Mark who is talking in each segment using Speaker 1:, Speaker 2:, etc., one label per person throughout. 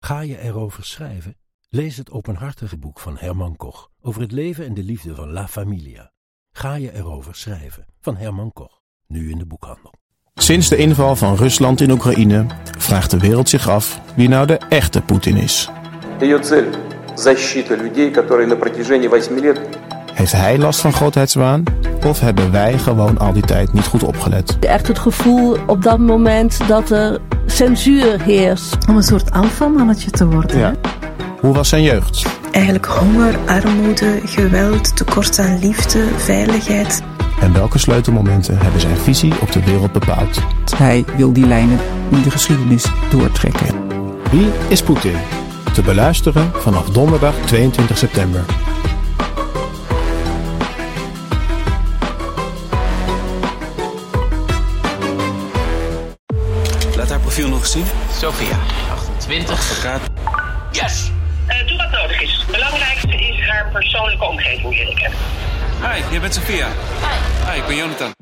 Speaker 1: Ga je erover schrijven? Lees het openhartige boek van Herman Koch over het leven en de liefde van La Familia. Ga je erover schrijven? Van Herman Koch, nu in de boekhandel.
Speaker 2: Sinds de inval van Rusland in Oekraïne vraagt de wereld zich af wie nou de echte Poetin is.
Speaker 3: Ее цель – защита людей, которые на протяжении 8 лет
Speaker 2: Heeft hij last van grootheidswaan? Of hebben wij gewoon al die tijd niet goed opgelet?
Speaker 4: echt het gevoel op dat moment dat er censuur heerst.
Speaker 5: Om een soort alfamannetje te worden.
Speaker 2: Ja. Hoe was zijn jeugd?
Speaker 6: Eigenlijk honger, armoede, geweld, tekort aan liefde, veiligheid.
Speaker 2: En welke sleutelmomenten hebben zijn visie op de wereld bepaald?
Speaker 7: Hij wil die lijnen in de geschiedenis doortrekken.
Speaker 2: Wie is Poetin? Te beluisteren vanaf donderdag 22 september.
Speaker 8: Laat haar profiel nog eens zien.
Speaker 9: Sophia, 28.
Speaker 8: Kaart.
Speaker 9: Yes!
Speaker 10: Eh, doe wat nodig is. Het belangrijkste is haar persoonlijke omgeving leren kennen.
Speaker 8: Hi, jij bent Sophia. Hi. Hi, ik ben Jonathan.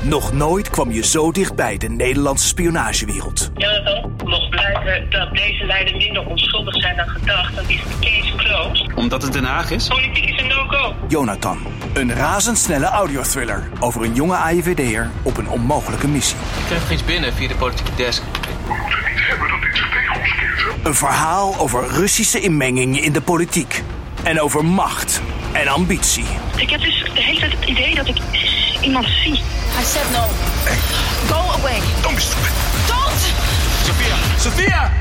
Speaker 11: Nog nooit kwam je zo dichtbij de Nederlandse spionagewereld.
Speaker 10: Jonathan, mocht blijken dat deze lijnen minder onschuldig zijn dan gedacht, dan is de case closed.
Speaker 8: Omdat het Den Haag is?
Speaker 10: Politiek is een no-go.
Speaker 11: Jonathan, een razendsnelle audiothriller over een jonge AIVD'er op een onmogelijke missie.
Speaker 9: Ik krijg iets binnen via de politieke desk.
Speaker 11: Een verhaal over Russische inmenging in de politiek. En over macht en ambitie.
Speaker 10: Ik heb dus de hele tijd het idee dat ik iemand zie.
Speaker 12: I said no. Go away. Don't!
Speaker 8: Sophia! Sophia!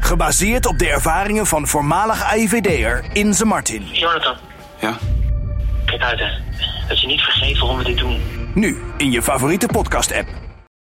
Speaker 11: Gebaseerd op de ervaringen van voormalig AIVD'er Inze Martin.
Speaker 10: Jonathan,
Speaker 8: Ja?
Speaker 10: kijk uit hè. Dat je niet vergeet waarom we dit doen.
Speaker 11: Nu in je favoriete podcast-app.